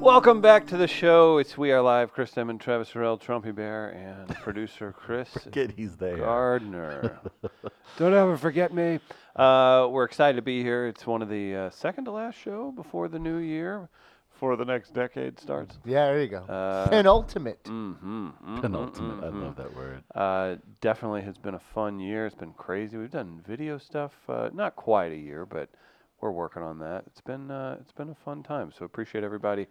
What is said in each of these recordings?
Welcome back to the show. It's We Are Live. Chris Demon, Travis Farrell, Trumpy Bear, and producer Chris Forget he's there. Gardner. Don't ever forget me. Uh, we're excited to be here. It's one of the uh, second to last show before the new year, before the next decade starts. Yeah, there you go. Uh, Penultimate. Mm-hmm, mm Penultimate. I love that word. Uh, definitely has been a fun year. It's been crazy. We've done video stuff, uh, not quite a year, but we're working on that. It's been uh, it's been a fun time. So appreciate everybody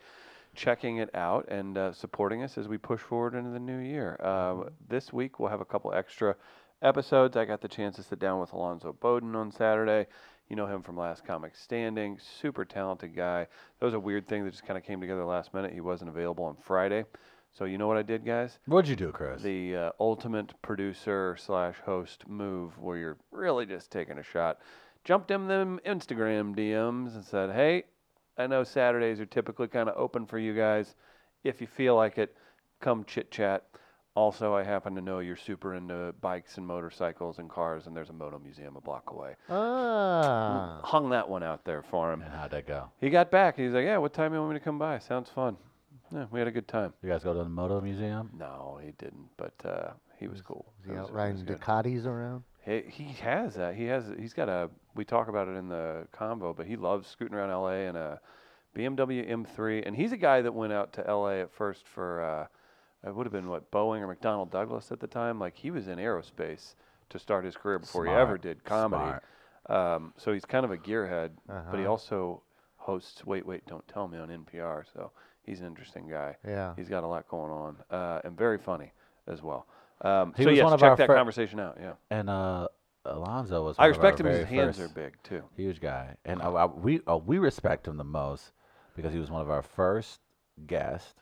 checking it out and uh, supporting us as we push forward into the new year. Uh, this week we'll have a couple extra episodes. I got the chance to sit down with Alonzo Bowden on Saturday. You know him from Last Comic Standing. Super talented guy. That was a weird thing that just kind of came together last minute. He wasn't available on Friday. So you know what I did, guys? What'd you do, Chris? the uh, ultimate producer slash host move where you're really just taking a shot. Jumped in them Instagram DMs and said, Hey, I know Saturdays are typically kind of open for you guys. If you feel like it, come chit chat. Also, I happen to know you're super into bikes and motorcycles and cars, and there's a moto museum a block away. Ah. Hung that one out there for him. and how'd that go? He got back. He's like, Yeah, what time do you want me to come by? Sounds fun. Yeah, we had a good time. You guys go to the Moto Museum? No, he didn't, but uh, he was cool. Is he It was- out it was riding good. Ducatis around? He, he has that. He has. He's got a. We talk about it in the convo, but he loves scooting around LA in a BMW M3, and he's a guy that went out to LA at first for. Uh, it would have been what Boeing or McDonnell Douglas at the time. Like he was in aerospace to start his career before he ever Smart. did comedy. Smart. Um, so he's kind of a gearhead, but he Uh-huh. also hosts Wait Wait Don't Tell Me on NPR. So he's an interesting guy. Uh-huh. Yeah. He's got a lot going on uh, and very funny as well. Um, He so was yes, one of check our that fir- conversation out. Yeah. And uh, Alonzo was. I one of our respect him. His very hands are first- big too. Huge guy, and uh, uh, we uh, we respect him the most because he was one of our first guests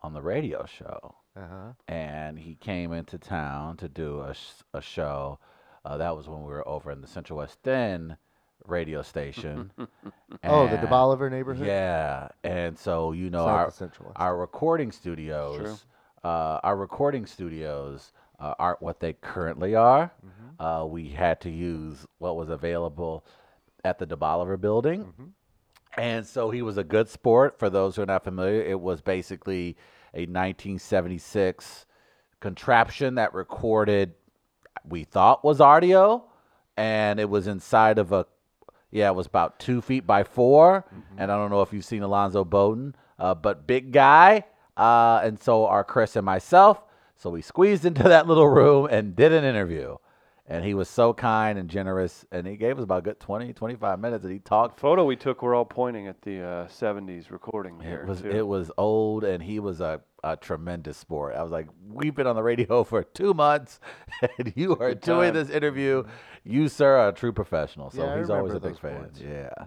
on the radio show, Uh-huh. and he came into town to do a, sh- a show. Uh, that was when we were over in the Central West End radio station. Oh, the and- DeBoliver neighborhood? Yeah, and so you know It's not our the Central West. our recording studios, uh, our recording studios uh, aren't what they currently are. Uh, we had to use what was available at the DeBoliver building. And so he was a good sport. For those who are not familiar, it was basically a 1976 contraption that recorded, we thought was audio, and it was inside of a, yeah, it was about two feet by 4 And I don't know if you've seen Alonzo Bowden, uh, but big guy. Uh, and so are Chris and myself. So we squeezed into that little room and did an interview. And he was so kind and generous. And he gave us about a good 20, 25 minutes. And he talked Photo we took, we're all pointing at the uh, '70s recording here. It was too. it was old, and he was a, a tremendous sport. I was like, we've been on the radio for two months, and you are doing time. this interview. You, sir, are a true professional. So Yeah, I he's always a remember big those fan. boards. Yeah,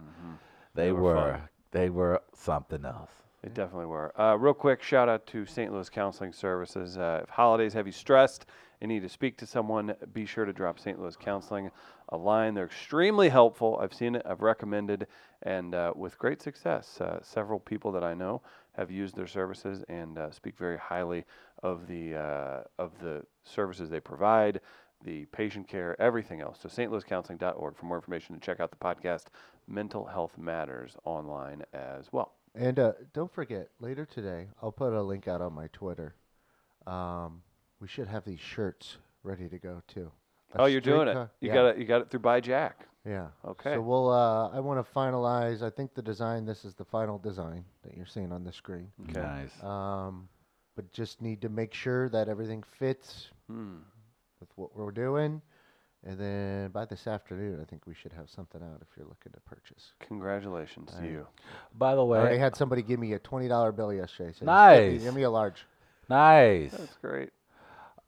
they, were were, fun. they were something else. They definitely were. Uh, real quick, shout out to St. Louis Counseling Services. Uh, if holidays have you stressed and need to speak to someone, be sure to drop St. Louis Counseling a line. They're extremely helpful. I've seen it, I've recommended, and uh, with great success. Uh, several people that I know have used their services and uh, speak very highly of the uh, of the services they provide. The patient care, everything else. So, stlouiscounseling.org for more information and check out the podcast Mental Health Matters online as well. And uh, don't forget, later today, I'll put a link out on my Twitter. Um, we should have these shirts ready to go, too. A Oh, you're doing it. streetcar- You yeah, got it. You got it through by Jack. Yeah. Okay. So we'll. Uh, I want to finalize. I think the design. This is the final design that you're seeing on the screen. Okay. Nice. Um, but just need to make sure that everything fits Hmm. with what we're doing. And then by this afternoon, I think we should have something out if you're looking to purchase. Congratulations to you. By the I already way, had somebody give me a twenty dollar bill yesterday. So Nice. Give me a large. nice. That's great.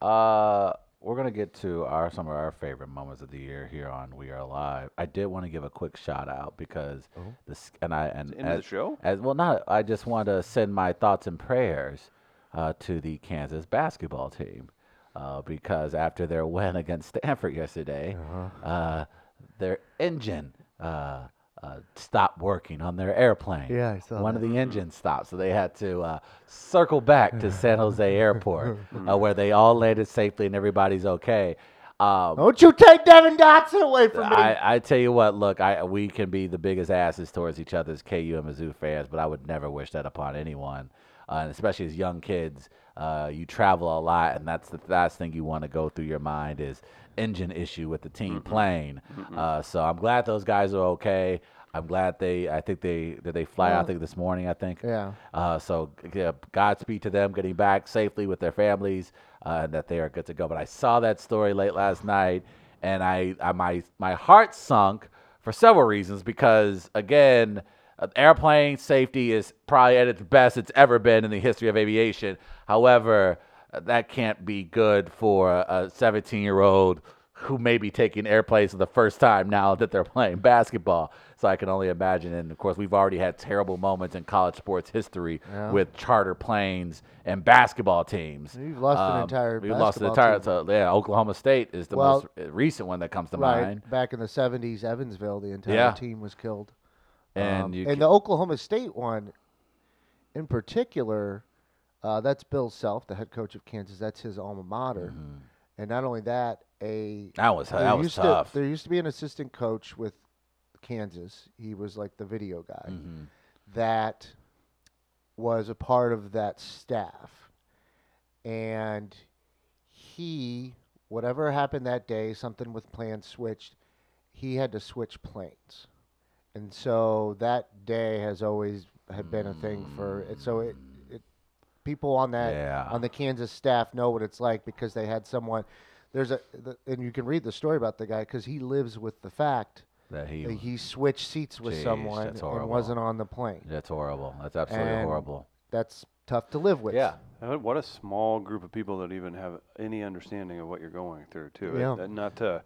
Uh, we're gonna get to our some of our favorite moments of the year here on We Are Live. I did want to give a quick shout out because Oh. this and I and End of the as- show? As well, not I just want to send my thoughts and prayers uh, to the Kansas basketball team uh, because after their win against Stanford yesterday, Uh-huh. uh their engine uh, uh, stopped working on their airplane. Yeah, I saw one of the engines stopped, so they had to uh, circle back to San Jose Airport uh, where they all landed safely and everybody's okay. Um, Don't you take Devin Dotson away from me. I, I tell you what, look, I we can be the biggest asses towards each other as KU and Mizzou fans, but I would never wish that upon anyone, uh, and especially as young kids. Uh, you travel a lot, and that's the last thing you want to go through your mind is engine issue with the team plane. Uh, so I'm glad those guys are okay. I'm glad they. I think they did they fly out. I think this morning. I think. Yeah. Uh, so g- yeah, Godspeed to them getting back safely with their families uh, and that they are good to go. But I saw that story late last night, and I, I my my heart sunk for several reasons because again, uh, airplane safety is probably at its best it's ever been in the history of aviation. However, uh, that can't be good for a 17 year old who may be taking airplanes for the first time now that they're playing basketball. So I can only imagine. And of course, we've already had terrible moments in college sports history with charter planes and basketball teams. Um, We've lost an entire We've lost an basketball entire. So, yeah, Oklahoma State is the Well- most recent one that comes to Right. mind. Back in the 70s, Evansville, the entire Yeah. team was killed. And you Um, and can- the Oklahoma State one, in particular, uh, that's Bill Self, the head coach of Kansas. That's his alma mater. And not only that, a Mm-hmm. That was there that was used to- tough. there used to be an assistant coach with Kansas. He was like the video guy Mm-hmm. that was a part of that staff. And he, whatever happened that day, something with plans switched, he had to switch planes. And so that day has always had been a thing for it. So it, it people on that Yeah. on the Kansas staff know what it's like because they had someone. There's a the, and you can read the story about the guy because he lives with the fact that he, that he switched seats with Jeez, someone that's and horrible. wasn't on the plane. that's horrible. That's absolutely And horrible. That's tough to live with. Yeah. Uh, What a small group of people that even have any understanding of what you're going through, too. It- Yeah. uh, not to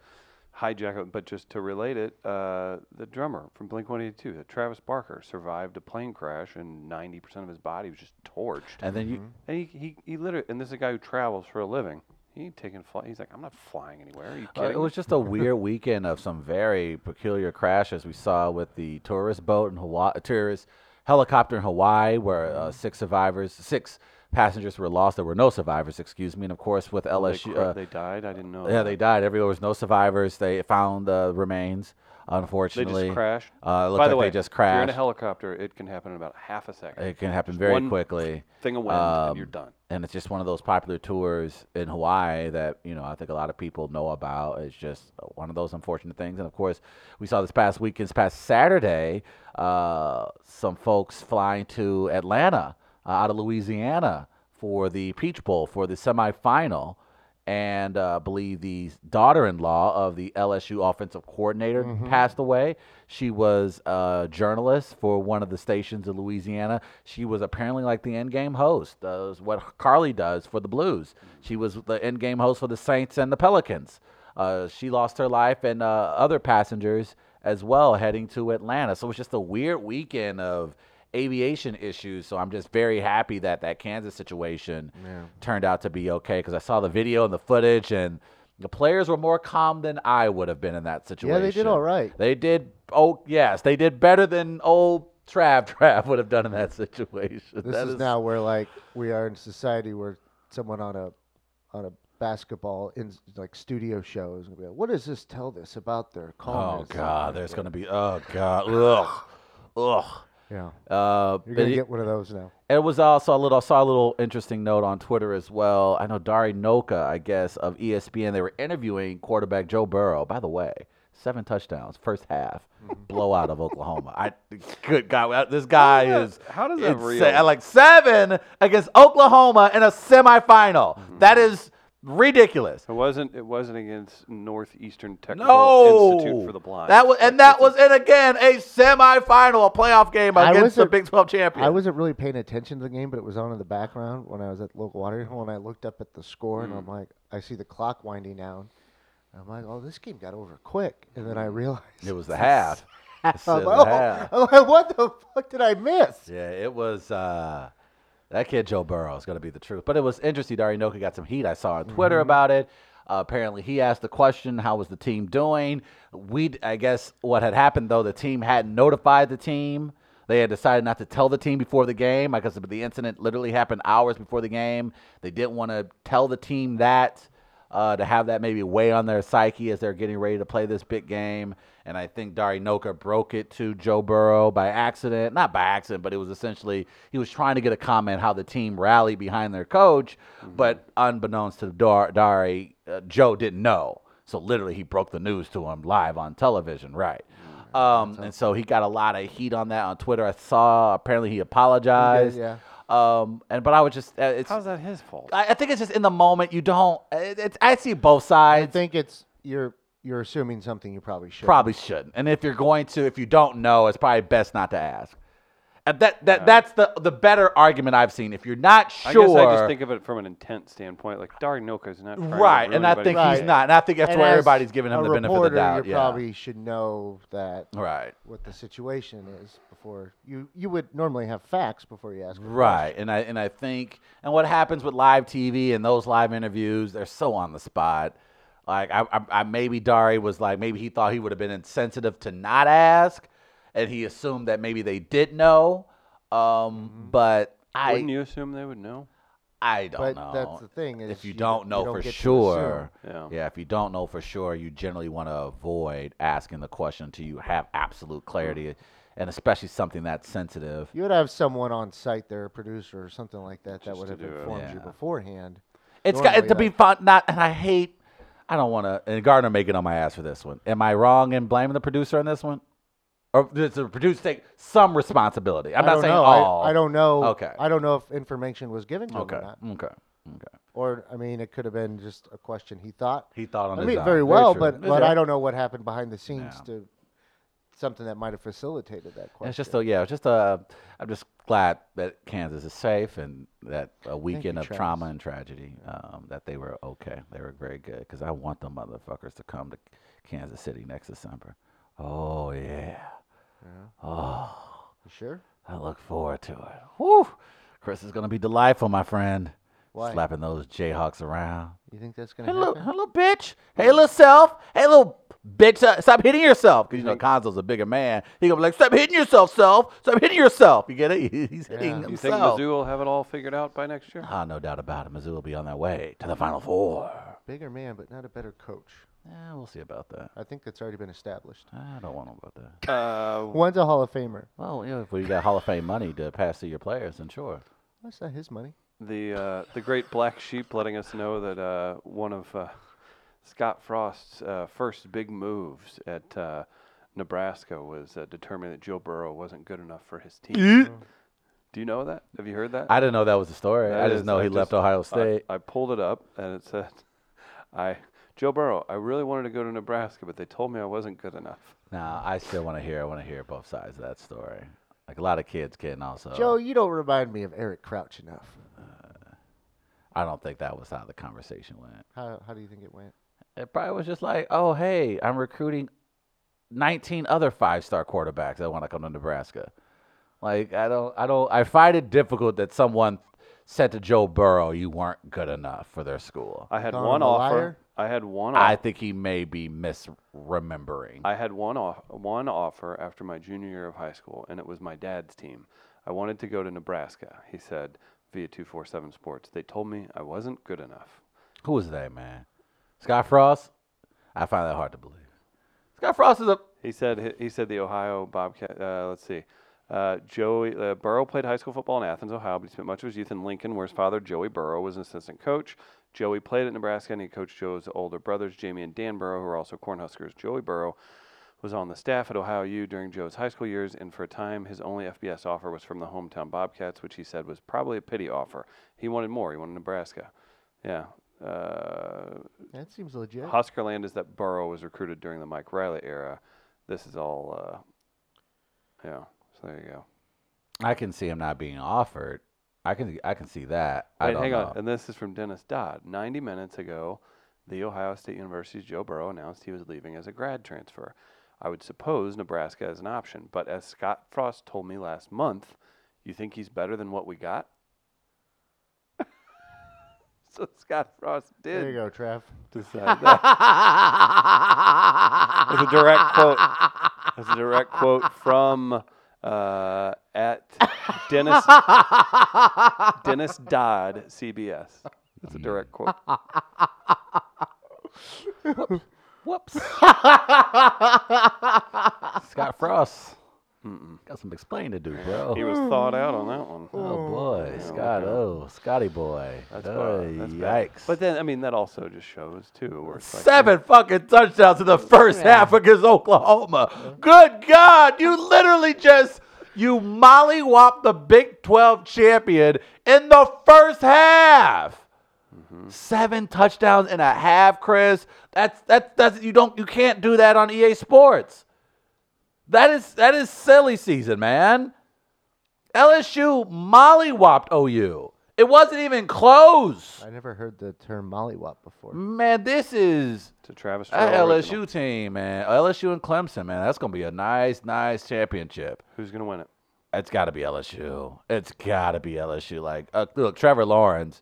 hijack it, but just to relate it, uh, the drummer from Blink 182, that uh, Travis Barker, survived a plane crash and 90% of his body was just torched. And then you Mm-hmm. And he, he, he literally, and this is a guy who travels for a living. He ain't taking flight. He's like, I'm not flying anywhere. Are you Uh, kidding? it was just a weird weekend of some very peculiar crashes we saw with the tourist boat in Hawaii, tourist helicopter in Hawaii, where Mm-hmm. uh, six survivors, six passengers were lost. There were no survivors, excuse me. And of course, with they, LSU, cra- uh, they died? I didn't know. yeah, that. they died. Everywhere was no survivors. They found the remains. They Unfortunately, just crashed. Uh, it looked By like the way, they just If you're in crashed. a helicopter, it can happen in about half a second. it can happen very one quickly. Thing of wind, Um, and you're done. and it's just one of those popular tours in Hawaii that you know I think a lot of people know about. It's just one of those unfortunate things. And of course, we saw this past weekend, this past Saturday, uh, some folks flying to Atlanta uh, out of Louisiana for the Peach Bowl for the semifinal. And uh, I believe the daughter-in-law of the LSU offensive coordinator passed away. She was a journalist for one of the stations in Louisiana. She was apparently like the end-game host. Uh, is what Carly does for the Blues. She was the end-game host for the Saints and the Pelicans. Uh, she lost her life and uh, other passengers as well heading to Atlanta. So it was just a weird weekend of aviation issues. So I'm just very happy that that Kansas situation turned out to be okay because I saw the video and the footage and the players were more calm than I would have been in that situation. Yeah, they did all right. They did. Oh yes, they did better than old Trav Trav would have done in that situation. This That is now where like we are in society where someone on a on a basketball in like studio show is gonna be like, what does this tell this about their Oh calmness? god, there's gonna be. Oh god. Ugh. Ugh. Yeah. Uh, You're but gonna it- get one of those now. It was also a little. I saw a little interesting note on Twitter as well. I know Dari Noka, I guess, of E ESPN. They were interviewing quarterback Joe Burrow. By the way, seven touchdowns, first half, Mm-hmm. blowout of Oklahoma. I good God, this guy does is. that- how does that insa- reel? Like seven against Oklahoma in a semifinal. Mm-hmm. That is ridiculous. It wasn't. It wasn't against Northeastern Technical No, Institute for the Blind. That was, and that was, and again, a semifinal, a playoff game I against the wasn't- Big Twelve champion. I wasn't really paying attention to the game, but it was on in the background when I was at the local watering hole, and I looked up at the score, and I'm Mm. like, I see the clock winding down. And I'm like, oh, this game got over quick, and then I realized Mm. It was the half. It's I'm the like, oh, half. I'm like, what the fuck did I miss? Yeah, it was uh, that kid Joe Burrow is going to be the truth. But it was interesting. Darinoka got some heat. I saw on Twitter about it. Uh, apparently, he asked the question, "How was the team doing?" We, I guess, what had happened though, the team hadn't notified the team. They had decided not to tell the team before the game because the incident literally happened hours before the game. They didn't want to tell the team that. uh, to have that maybe weigh on their psyche as they're getting ready to play this big game. And I think Darinoka broke it to Joe Burrow by accident. Not by accident, but it was essentially he was trying to get a comment how the team rallied behind their coach. But unbeknownst to Dar- Dari, uh, Joe didn't know. So literally, he broke the news to him live on television, right? Um, and so he got a lot of heat on that on Twitter. I saw apparently he apologized. yeah. Um, and but I was just uh, it's How's that his fault? I, I think it's just in the moment you don't. It, it's I see both sides. I think it's you're you're assuming something you probably should. probably shouldn't. And if you're going to, if you don't know, it's probably best not to ask. And that that that's the the better argument I've seen. If you're not I sure, guess I just think of it from an intent standpoint. Like Darinoka's not trying to right, ruin and I anybody's think he's day. not. And I think that's And why as everybody's giving him a the benefit of the reporter, doubt. You yeah. probably should know that right. what the situation is before you you would normally have facts before you ask. a Right, and I and I think and what happens with live TV and those live interviews, they're so on the spot. Like I, I, I maybe Dari was like maybe he thought he would have been insensitive to not ask, and he assumed that maybe they did know. Um, Mm-hmm. but I Wouldn't you assume they would know? I don't But know. that's the thing is if you, you don't don't- know you don't for get to sure, assume. yeah, if you don't know for sure, you generally want to avoid asking the question until you have Mm-hmm. absolute clarity, and especially something that's sensitive. You would have someone on site there, a producer or something like that, that Just would to have do it. informed you Yeah. beforehand. It's got Normally to be fun. Not, and I hate. I don't want to. And Gardner may get on my ass for this one. Am I wrong in blaming the producer on this one? Or does the producer take some responsibility? I'm I not don't saying know. I- all. I, don't know. Okay. I don't know if information was given to Okay. him or not. Okay. Okay. Or I mean, it could have been just a question he thought. He thought on I his mean, own. very well, true. but It's but fair. I don't know what happened behind the scenes Yeah. to something that might have facilitated that question. It's just a yeah. It's just a. I'm just glad that Kansas is safe and that a weekend of Travis. trauma and tragedy. Um, that they were okay. They were very good because I want the motherfuckers to come to Kansas City next December. Oh yeah. Oh. You sure? I look forward to it. Whew. Chris is gonna be delightful, my friend. Why? Slapping those Jayhawks around. You think that's Hey, gonna little, happen? hey, little bitch. Hey, little self. Hey, little bitch. Uh, stop hitting yourself. Because, you know, Konzo's a bigger man. He going to be like, stop hitting yourself, self. Stop hitting yourself. You get it? He's hitting Yeah. himself. You think Mizzou will have it all figured out by next year? Ah, no doubt about it. Mizzou will be on their way to the Final Four. Bigger man, but not a better coach. Yeah, we'll see about that. I think that's already been established. I don't want to know about that. Uh, One's a Hall of Famer. Well, yeah, if we got Hall of Fame money to pass to your players, then sure. That's not his money. the uh, the great black sheep letting us know that uh, one of uh, Scott Frost's uh, first big moves at uh, Nebraska was uh, determining that Joe Burrow wasn't good enough for his team. Do you know that? Have you heard that? I didn't know that was the story. That I just is- know I he just- left Ohio State. I, I pulled it up and it said, "I Joe Burrow. I really wanted to go to Nebraska, but they told me I wasn't good enough." Now I still want to hear. I want to hear both sides of that story. Like a lot of kids can also. Joe, you don't remind me of Eric Crouch enough. I don't think that was how the conversation went. How, how do you think it went? It probably was just like, oh hey, I'm recruiting 19 other five-star quarterbacks that want to come to Nebraska. Like I don't, I don't, I find it difficult that someone said to Joe Burrow, you weren't good enough for their school. I had Calling one him a offer. liar? I had one. I Offer. think he may be misremembering. I had one off one offer after my junior year of high school, and it was my dad's team. I wanted to go to Nebraska. He said via two four seven Sports. They told me I wasn't good enough. Who was that man? Scott Frost. I find that hard to believe. Scott Frost is a He said hi- he said the Ohio Bobcat. Uh, let's see. Uh, Joey uh, Burrow played high school football in Athens, Ohio, but he spent much of his youth in Lincoln, where his father, Joey Burrow, was an assistant coach. Joey played at Nebraska, and he coached Joe's older brothers, Jamie and Dan Burrow, who are also Cornhuskers. Joey Burrow was on the staff at Ohio U during Joe's high school years, and for a time, his only FBS offer was from the hometown Bobcats, which he said was probably a pity offer. He wanted more. He wanted Nebraska. Yeah. Uh, That seems legit. Huskerland is that Burrow was recruited during the Mike Riley era. This is all, uh, yeah. So there you go. I can see him not being offered. I can I can see that. I Wait, don't hang know. on. And this is from Dennis Dodd. 90 minutes ago, the Ohio State University's Joe Burrow announced he was leaving as a grad transfer. I would suppose Nebraska is an option, but as Scott Frost told me last month, you think he's better than what we got? so Scott Frost did there you go, Trav. decide that. That's a direct quote. That's a direct quote from uh, at Dennis Dennis Dodd, CBS. That's a direct quote. Whoops. Scott Frost. Got some explaining to do, bro. He was thawed out on that one. Oh boy, Scott! Oh, Scotty boy. That's, oh, bad. That's bad. yikes! But then, I mean, that also just shows too. Where it's like, Seven fucking touchdowns in the first half against Oklahoma. Good God, you literally just you mollywopped the Big 12 champion in the first half. Seven touchdowns in a half, Chris. That's that's that's you don't you can't do that on EA Sports. That is that is silly season, man. LSU mollywopped OU. It wasn't even close. I never heard the term mollywop before. Man, this is to Travis. that Terrell LSU original. team, man. LSU and Clemson, man. That's gonna be a nice, nice championship. Who's gonna win it? It's got to be LSU. It's got to be LSU. Like, uh, look, Trevor Lawrence,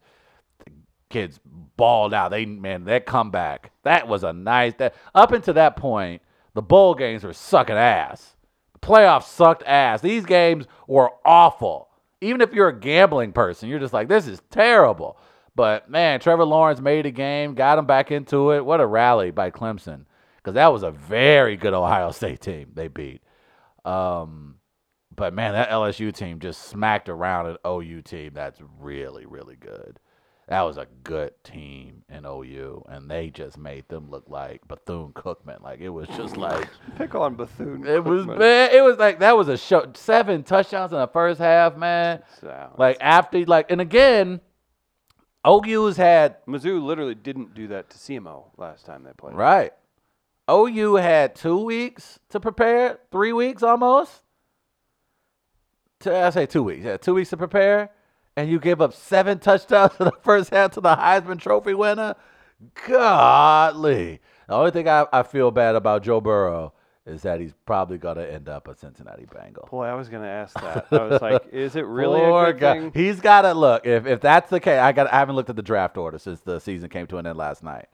the kids balled out. They man, that comeback that was a nice. That up until that point, the bowl games were sucking ass. The playoffs sucked ass. These games were awful. Even if you're a gambling person, you're just like, this is terrible. But man, Trevor Lawrence made a game, got him back into it. What a rally by Clemson, because that was a very good Ohio State team they beat. Um, but man, that LSU team just smacked around an OU team that's really, really good. That was a good team in OU, and they just made them look like Bethune Cookman. Like it was just like Pick on Bethune. it was Cookman. bad. It was like that was a show. Seven touchdowns in the first half, man. So, Like after, like, and again, OU's had Mizzou literally didn't do that to CMO last time they played. Right. OU had two weeks to prepare, three weeks almost. To, I say two weeks. Yeah, two weeks to prepare, and you give up seven touchdowns in the first half to the Heisman Trophy winner. Godly. The only thing I, I feel bad about Joe Burrow is that he's probably gonna end up a Cincinnati Bengal. Boy, I was gonna ask that. I was like, is it really Poor a good guy. thing? He's got to look. If if that's the case, I got. I haven't looked at the draft order since the season came to an end last night.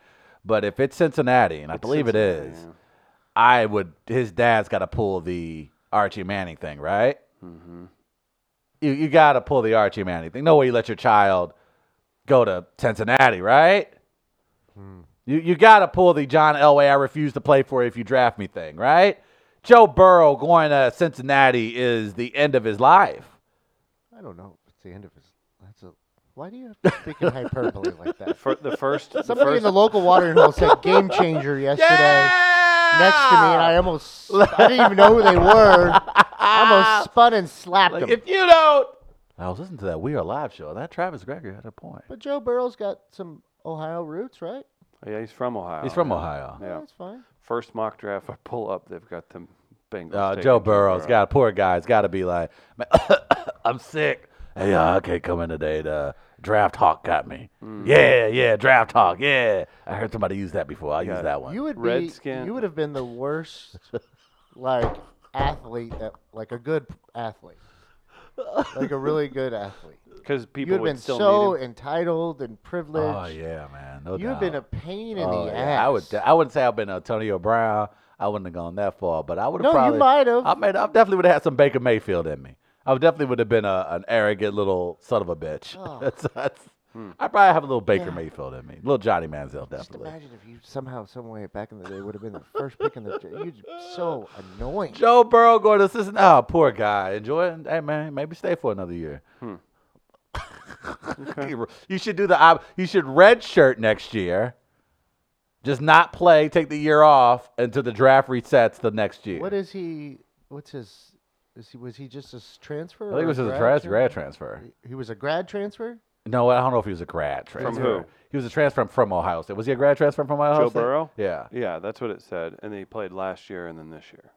But if it's Cincinnati, and I believe Cincinnati, it is, yeah. I would. His dad's got to pull the Archie Manning thing, right? Mm-hmm. You you got to pull the Archie Manning thing. No way you let your child go to Cincinnati, right? You you got to pull the John Elway. I refuse to play for you if you draft me thing, right? Joe Burrow going to Cincinnati is the end of his life. I don't know. It's the end of his. That's a. Why do you have to speak in hyperbole like that? For the first, the Somebody first in the local watering hole said "game changer" yesterday next to me, and I almost I didn't even know who they were. I almost spun and slapped Like, them. if you don't. I was listening to that We Are Live show. That Travis Gregory had a point. but Joe Burrow's got some Ohio roots, right? Oh, yeah, he's from Ohio. He's from Oh, yeah. Ohio. Yeah. that's fine. First mock draft I pull up, they've got them Bengals. Uh, taking Joe Burrow's Burrow. got poor guy's got to be like, "Man, I'm sick. Hey, uh, I can't come in today. The draft hawk got me. Yeah, yeah, draft hawk. Yeah, I heard somebody use that before. I'll Yeah. use that one. You would be. Redskin. You would have been the worst, like athlete that like a good athlete, like a really good athlete. because people You would would have been still so need him. entitled and privileged. oh yeah, man. No You've been a doubt. pain in Oh, the ass. yeah. I would. I wouldn't say I've been Antonio Brown. I wouldn't have gone that far, but I would have. No, you probably, might have. I might. I definitely would have had some Baker Mayfield in me. I would definitely would have been a, an arrogant little son of a bitch. Oh. that's, that's, I probably have a little Baker Yeah. Mayfield in me, little Johnny Manziel, Just definitely. imagine if you somehow, some way back in the day would have been the first pick in the. You'd so annoying. Joe Burrow going to assistant. Oh, poor guy. Enjoy it. Hey man, maybe stay for another year. you should do the. op- You should red shirt next year. Just not play. Take the year off until the draft resets the next year. What is he? What's his? Is he? Was he just a s- transfer? I think or it was just a trans- grad transfer? grad transfer. He- He was a grad transfer. No, I don't know if he was a grad transfer. who? He was a transfer from Ohio State. Was he a grad transfer from Ohio Joe State? Burrow? Yeah. Yeah, that's what it said. And they played last year and then this year.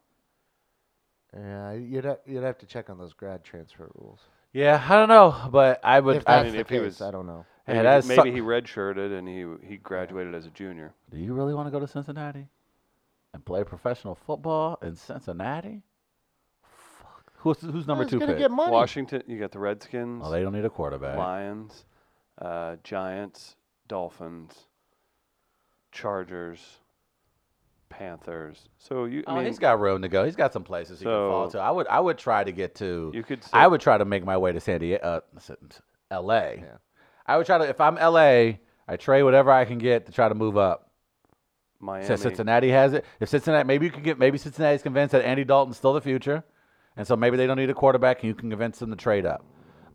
Yeah, you'd ha- you'd have to check on those grad transfer rules. Yeah, I don't know, but I would. if I, that's mean, the if he case, was- I don't know. Yeah, Maybe- that's maybe so- he redshirted and he he graduated as a junior. do you really want to go to Cincinnati and play professional football in Cincinnati? Fuck. Who's who's number He's two gonna pick? get money. Washington, you got the Redskins, oh, they don't need a quarterback. Lions, uh, Giants, Dolphins, Chargers, Panthers. So you, Oh, I mean, he's got room to go. He's got some places he can fall So- to. I would, I would try to get to. You could I sit- would try to make my way to San Diego, uh, S- S- L.A. Yeah. I would try to. If I'm L.A., I trade whatever I can get to try to move up. Miami. Since Cincinnati has it, if Cincinnati, maybe you could get, maybe Cincinnati's convinced that Andy Dalton's still the future, and so maybe they don't need a quarterback, and you can convince them to trade up.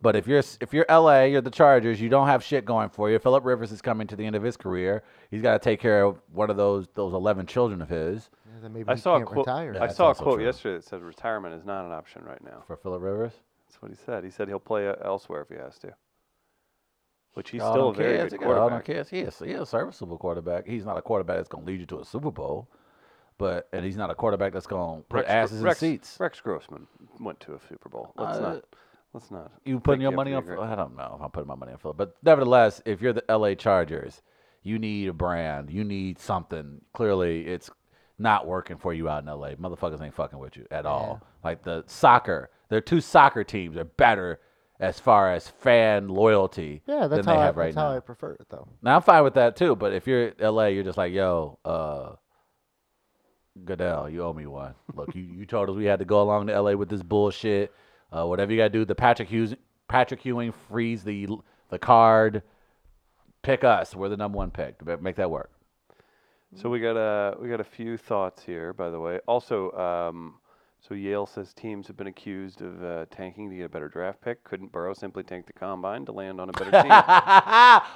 But if you're if you're LA, you're the Chargers, you don't have shit going for you. Philip Rivers is coming to the end of his career. He's got to take care of one of those those eleven children of his Yeah, then maybe I he saw a can't quote. retire. I That's saw a also quote true. yesterday that said retirement is not an option right now. for Philip Rivers. That's what he said. He said he'll play uh, elsewhere if he has to. Which he's Y'all still a don't very care. good Y'all don't quarterback. care. He is, he is a serviceable quarterback. He's not a quarterback that's going to lead you to a Super Bowl, but and he's not a quarterback that's going to put Rex, asses Rex, in seats. Rex Grossman went to a Super Bowl. Let's Uh, not. Let's not. You putting think your have money to on? agree. Phil- I don't know if I'm putting my money on Philip, but nevertheless, if you're the LA Chargers, you need a brand. You need something. Clearly, it's not working for you out in LA. Motherfuckers ain't fucking with you at all. Like the soccer, their two soccer teams are better as far as fan loyalty Yeah, that's than they how I, have right that's now. how I prefer it though. Now I'm fine with that too, but if you're LA, you're just like, yo, uh, Goodell, you owe me one. Look, you, you told us we had to go along to LA with this bullshit. Uh, whatever you gotta do, the Patrick Hughes, Patrick Ewing frees the the card. Pick us. We're the number one pick. Ma- Make that work. So we got a we got a few thoughts here, by the way. Also, um, so Yale says teams have been accused of uh, tanking to get a better draft pick. Couldn't Burrow simply tank the combine to land on a better team?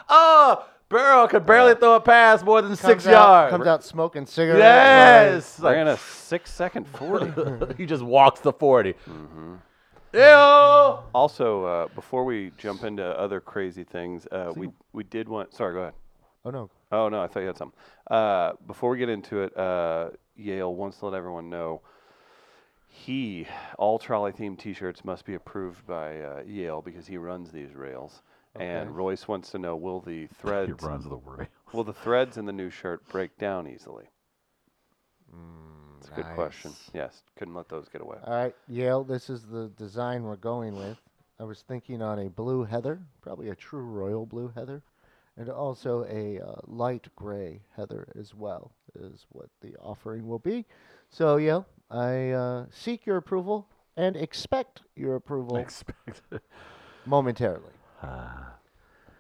oh, Burrow could barely throw a pass more than six Comes out- yards. comes out smoking cigarettes. yes, Like, Ran a six second forty. he just walks the 40 Mm-hmm. Ew. also, uh, before we jump into other crazy things, uh, we we did want. Sorry, go ahead. Oh no, Oh no, I thought you had something. Uh, before we get into it, uh, Yale wants to let everyone know he all trolley themed T-shirts must be approved by uh, Yale because he runs these rails. And Royce wants to know will the He threads runs the world. will the threads in the new shirt break down easily? Mm, It's a good question. Nice. Yes, couldn't let those get away. All right, Yale, this is the design we're going with. I was thinking on a blue heather, probably a true royal blue heather, and also a uh, light gray heather as well, is what the offering will be. So, Yale, I uh, seek your approval and expect your approval Expected. momentarily. Ah.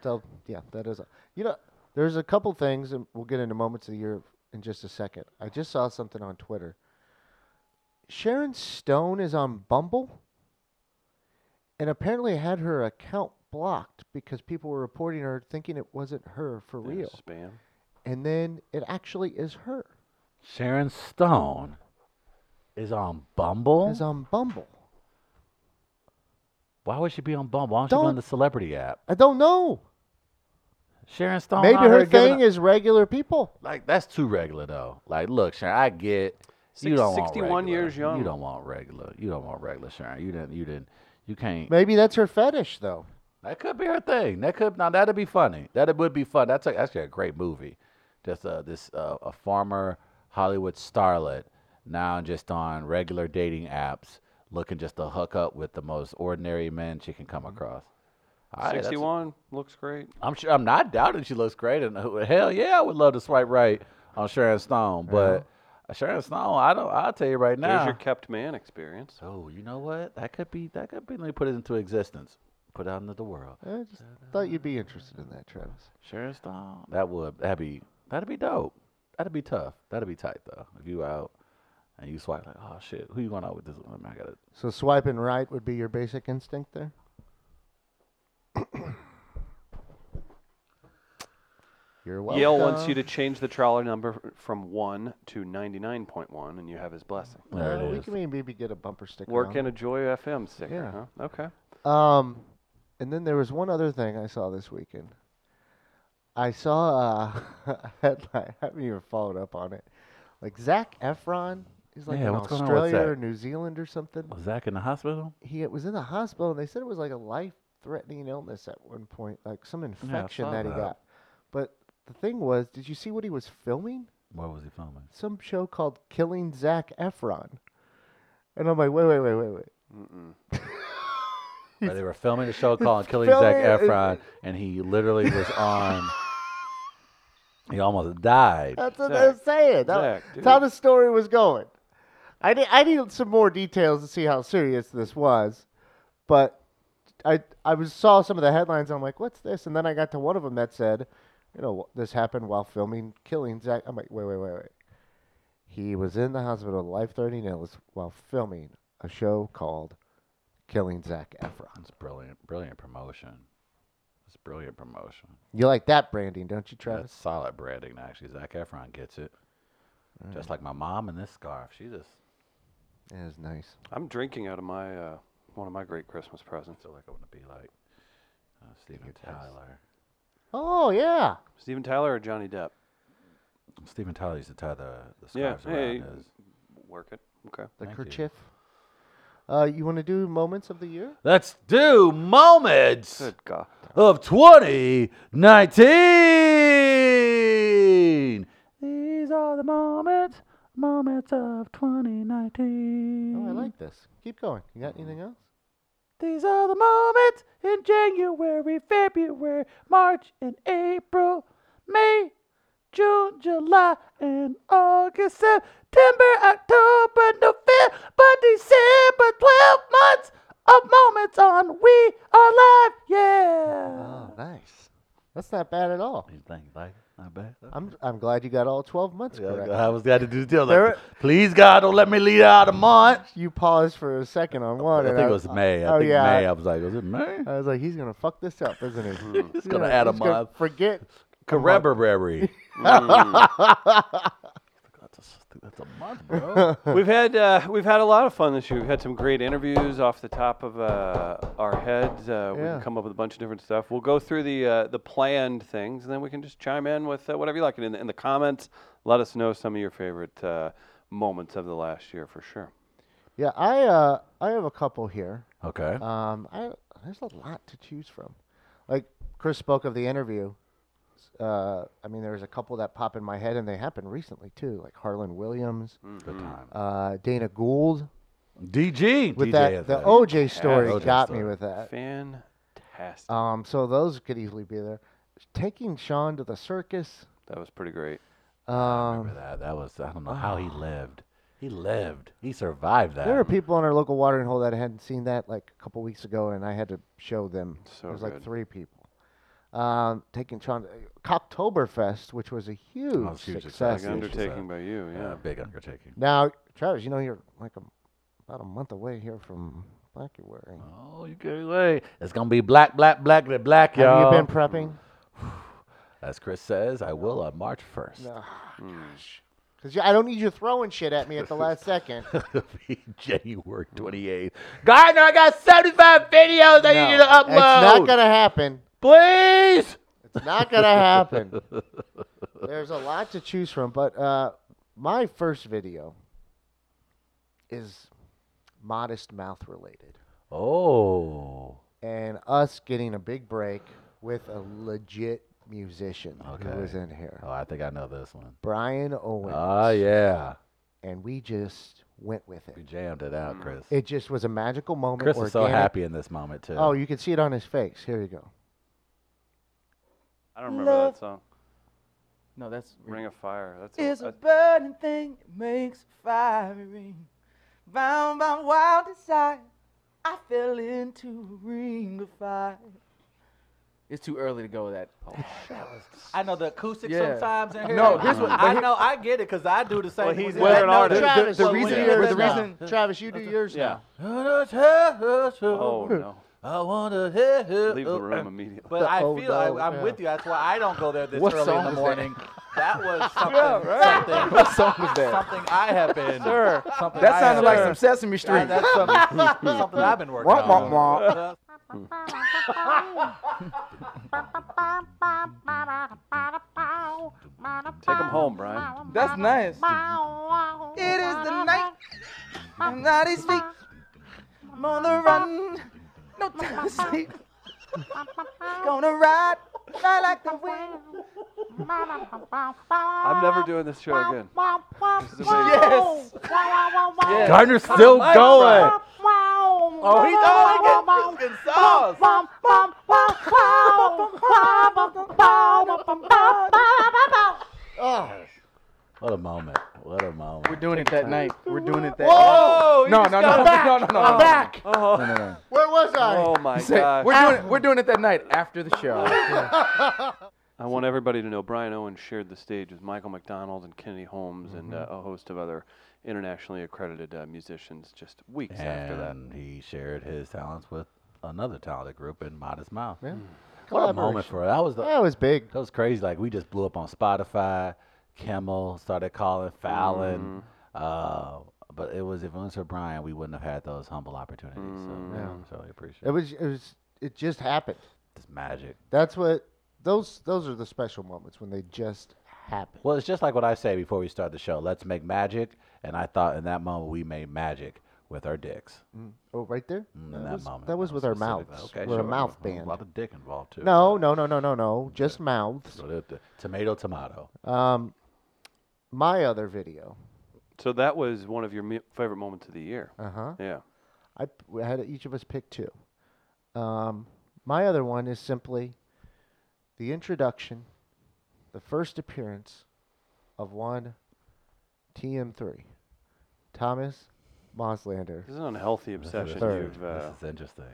So yeah, that is. A, you know, there's a couple things, and we'll get into moments of the year in just a second. I just saw something on Twitter. Sharon Stone is on Bumble, and apparently had her account blocked because people were reporting her thinking it wasn't her for Yeah, real, Spam. and then it actually is her. Sharon Stone is on Bumble. Is on Bumble. Why would she be on Bumble? Why don't, she be Don't- on the celebrity app? I don't know. Sharon Stone. Maybe out her here giving thing a- is regular people. like that's too regular though. Like, look, Sharon, I get Six- you don't want 61 regular. years young. You don't want regular. You don't want regular, Sharon. You didn't. You didn't. You can't. Maybe that's her fetish, though. That could be her thing. That could now that'd be funny. That would be fun. That's a, actually a great movie. Just uh, this uh, a former Hollywood starlet now just on regular dating apps, looking just to hook up with the most ordinary men she can come across. I- that's- Mm-hmm. Sixty-one looks great. I'm sure. I'm not doubting she looks great, and who- hell yeah, I would love to swipe right on Sharon Stone. But Sharon Stone, I don't. I'll tell you right now. There's your kept man experience. so you know what? That could be. That could be. Let me put it into existence. Put it out into the world. I just thought you'd be interested in that, Travis. Sharon Stone. That would that'd be that'd be dope. That'd be tough. That'd be tight though. If you out and you swipe like, oh shit, who you going out with this one? I gotta So swiping right would be your basic instinct there. You're welcome. Yale wants you to change the trolley number from one to ninety-nine point one, and you have his blessing. there Uh, it we is. can maybe get a bumper sticker. Work on in a Joy FM sticker, Yeah. huh? Okay. it. Um, and then there was one other thing I saw this weekend. I saw a headline. I haven't even followed up on it. Like Zach Efron is like Yeah, in what's going on with Australia Zac? or New Zealand or something. Was Zach in the hospital? he was in the hospital and they said it was like a life threatening illness at one point, like some infection saw that he that. got. But the thing was, did you see what he was filming? Where was he filming? Some show called Killing Zach Efron. And I'm like, wait, wait, wait, wait, wait. Oh, they were filming a show called Killing filming Zac it- Efron, and he literally was on. he almost died. That's what Zach, I'm saying. That- Zach, that's how dude. the story was going. I need, I needed some more details to see how serious this was, but I I was saw some of the headlines. And I'm like, what's this? And then I got to one of them that said, you know, this happened while filming Killing Zach. I'm like, wait, wait, wait, wait. He was in the hospital, life threatening illness, while filming a show called Killing Zach Efron. That's brilliant. Brilliant promotion. That's brilliant promotion. You like that branding, don't you, That's Travis? solid branding, actually. Zach Efron gets it. Just like my mom in this scarf. She just That is nice. I'm drinking out of my uh, one of my great Christmas presents. feel like I want to be like uh, Steven it does. Tyler. Oh yeah. Steven Tyler or Johnny Depp? Steven Tyler used to tie the, the Yeah, scarves around hey. his. Work it. Okay. The Thank you. kerchief. Uh, you want to do moments of the year? Let's do moments Good God. of 2019. These are the moments, moments of 2019. Oh, I like this. Keep going. Mm-hmm. You got anything else? These are the moments in January, February, March, and April, May, June, July, and August, September, October, November, December, 12 months of moments on We Are Live. Yeah. Oh, nice. That's not bad at all. You think, like, not bad? I'm I'm glad you got all 12 months correct. I was glad to do the deal. There- Please, God, don't let me lead out a month. You paused for a second on one. I and think it was May. I oh, think yeah. May. I was like, was it May? I was like, he's gonna fuck this up, isn't he? He's gonna add a he's gonna month. Forget. Corroborary. Mm. That's a, that's a month, bro. we've had uh, we've had a lot of fun this year. We've had some great interviews off the top of uh, our heads. Uh, We Yeah. can come up with a bunch of different stuff. We'll go through the uh, the planned things, and then we can just chime in with uh, whatever you like. And in the, in the comments, let us know some of your favorite uh, moments of the last year for sure. Yeah, I uh I have a couple here. okay. Um, I there's a lot to choose from. Like Chris spoke of the interview. Uh, I mean, there's a couple that pop in my head, and they happened recently too. Like Harlan Williams, Good time. uh, Dana Gould. DG With DJ that, is the a- OJ story OJ got story. me with that. Fantastic. Um, so those could easily be there. Taking Sean to the circus. that was pretty great. Um, Remember that that was I don't know how he lived. He lived. He survived that. There were people in our local watering hole that hadn't seen that like a couple weeks ago, and I had to show them. So it was like good. three people. Um, taking Sean Cocktoberfest, which was a Oh, huge, was huge Big success. Yes, success. it's, uh, undertaking by you, yeah, yeah. big undertaking. Now, Travis, you know you're like a, about a month away here from Blackywearing. Oh, you can't wait. It's gonna be black, black, black, black, black, Have y'all. you been prepping? As Chris says, I will on March first. Mm. Because I don't need you throwing shit at me at the last second. January twenty eighth. Gardner, I got seventy five videos I need you to upload. It's not gonna happen. Please. It's not gonna happen. There's a lot to choose from, but uh, my first video is modest mouth related, Oh. and us getting a big break with a legit musician who was Okay. in here, Oh, I think I know this one. Brian Owens. Ah, yeah. And we just went with We it. jammed it out, Chris. It just was a magical moment. Chris is so organic- happy in this moment too. Oh, you can see it on his face. Here you go. I don't remember Love- that song. No, that's Ring of Fire. That's It's a, a that's- burning thing that makes a fire ring. Bound by wild desire, I fell into a ring of fire. It's too early to go with that. I know the acoustics Yeah. sometimes in here. No, this one- I know. I get it because I do the same. Well, he's with Well, that. an no, artist. the- Travis, the you do reason- yours the now. reason- Travis, you do yours yeah. now. Oh no. I want to hear. Leave the room immediately. But I Oh, feel I, no, I'm yeah. with you. That's why I don't go there this What early song in the was that? morning. That, was something. something What song was that? something I have been. Sir, something I That sounded have like been- some Sesame I- Street. that's something, something I've been working Womp, on. womp, Take him home, Brian. That's nice. It is the night. I'm not his feet. I'm on the run. No time to sleep. Gonna ride, fly like the wind. I'm never doing this show again. This is amazing. Yes. yes. Gardner's still Mike going. Brown. Oh, he's oh, he can, he can sauce. Oh, What a moment. What a moment. We're doing it that night. We're doing it that Whoa! night. No, no, no, no, no, no, no, no. Back. Oh, where was I? oh my Say, gosh. we're doing it. We're doing it that night after the show. I want everybody to know Brian Owens shared the stage with Michael McDonald and Kennedy Holmes and uh, a host of other internationally accredited uh, musicians just weeks after that. and he shared his talents with another talented group in Modest Mouth. Hmm. What a moment for that was the, That was big. that was crazy. Like we just blew up on Spotify. Kimmel started calling Fallon. Uh, but it was if it wasn't for Brian, we wouldn't have had those humble opportunities. So, Yeah. so I appreciate It was. It was. It just happened. It's magic. That's what. Those. Those are the special moments when they just happen. Well, it's just like what I say before we start the show. Let's make magic. And I thought in that moment we made magic with our dicks. Oh, right there. In that Hmm. that was, moment. That was with our specifically. mouths. Okay, with sure. a mouth There was band. A lot of dick involved too. No, no, no, no, no, no. Just mouths. So the- the Tomato, tomato. Um, my other video. So that was one of your me- favorite moments of the year. Uh huh. Yeah. I p- we had each of us pick two. Um, my other one is simply the introduction, the first appearance of one TM3, Thomas Moslander. This is an unhealthy obsession. Third. You've, uh, this is interesting.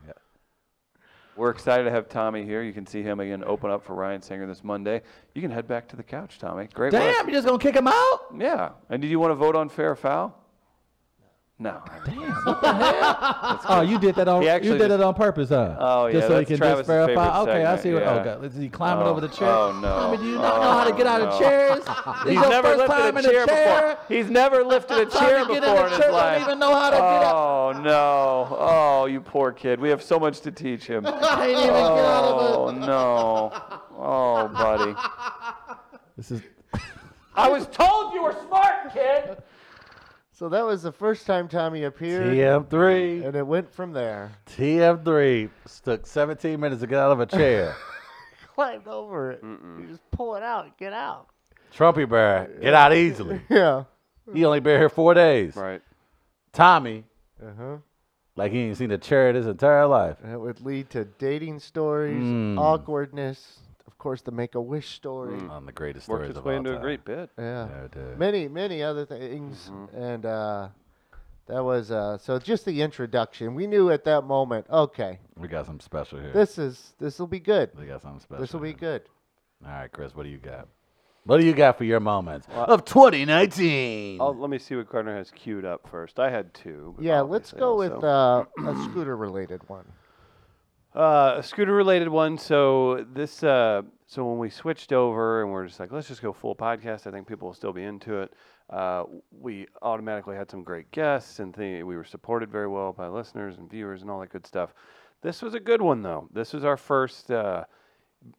we're excited to have Tommy here. You can see him again open up for Ryan Singer this Monday. You can head back to the couch, Tommy. Great Damn, work. you're just gonna kick him out? Yeah. And did you want to vote on fair or foul? No. Oh, you did that on He you actually did just- it on purpose, huh? Oh, yeah, Just so that's you can Travis's just verify. favorite Okay, I see. segment, What, yeah. Oh god, is he climbing Oh, over the chair? oh, no. Tommy, do you not know how to get out Oh, no. of chairs? This He's your never first lifted time a in chair a chair. before. He's never lifted a chair Tommy, get in before the in his chair, don't life. even know how to get up. oh no! Oh, you poor kid. We have so much to teach him. Can't even get out of it. Oh no! Oh, buddy. This is I was told you were smart, kid. So that was the first time Tommy appeared, TM3. and it went from there. TM3 took 17 minutes to get out of a chair. Climbed over it. You just pull it out, and get out. Trumpy Bear, get out easily. Yeah. He only been here four days. Right. Tommy, Uh huh. like he ain't seen a chair in his entire life. And it would lead to dating stories, Mm. awkwardness, of course, the Make a Wish story. One of the greatest Worked stories its of way all into a time. great bit. Yeah. Yeah, it did. many many other things and uh that was uh so just the introduction we knew at that moment okay We got something special here. this is this will be good we got something special. this will be here. good All right, Chris, what do you got? What do you got for your moments of 2019? I'll, let me see what Gardner has queued up first. I had two. but yeah let's obviously go with also- uh, a scooter related one Uh, a scooter-related one. So this, uh, so when we switched over and we're just like, let's just go full podcast. I think people will still be into it. Uh, we automatically had some great guests, and th- we were supported very well by listeners and viewers and all that good stuff. This was a good one, though. This was our first. Uh,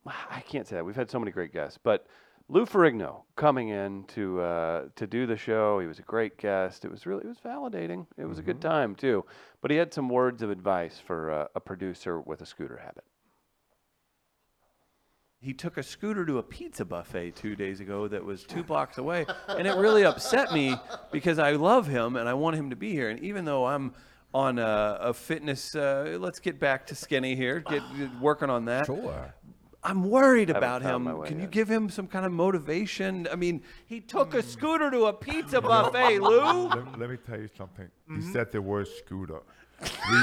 I can't say that. We've had so many great guests, but Lou Ferrigno coming in to uh, to do the show. He was a great guest. It was really it was validating. It was a good time too. But he had some words of advice for uh, a producer with a scooter habit. He took a scooter to a pizza buffet two days ago that was two blocks away, and it really upset me because I love him and I want him to be here. And even though I'm on a, a fitness, uh, let's get back to skinny here, get working on that. sure. I'm worried Haven't about found him. my way Can you yet. give him some kind of motivation? I mean, he took a scooter to a pizza buffet, Lou. Let, let me tell you something. Mm-hmm. He said the word scooter. Three,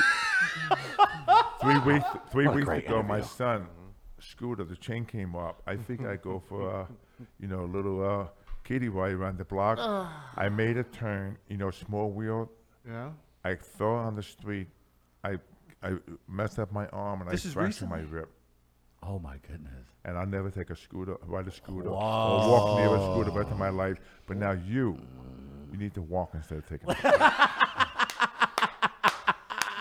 three weeks, three weeks ago, great my son, scooter, the chain came up. I think I go for, uh, you know, a little uh, kitty ride around the block. I made a turn, you know, small wheel. yeah I fell on the street. I, I messed up my arm and This I is fractured my recently? rib. Oh my goodness. And I'll never take a scooter, ride a scooter, or walk near a scooter the rest of my life. But now you, you need to walk instead of taking. a scooter.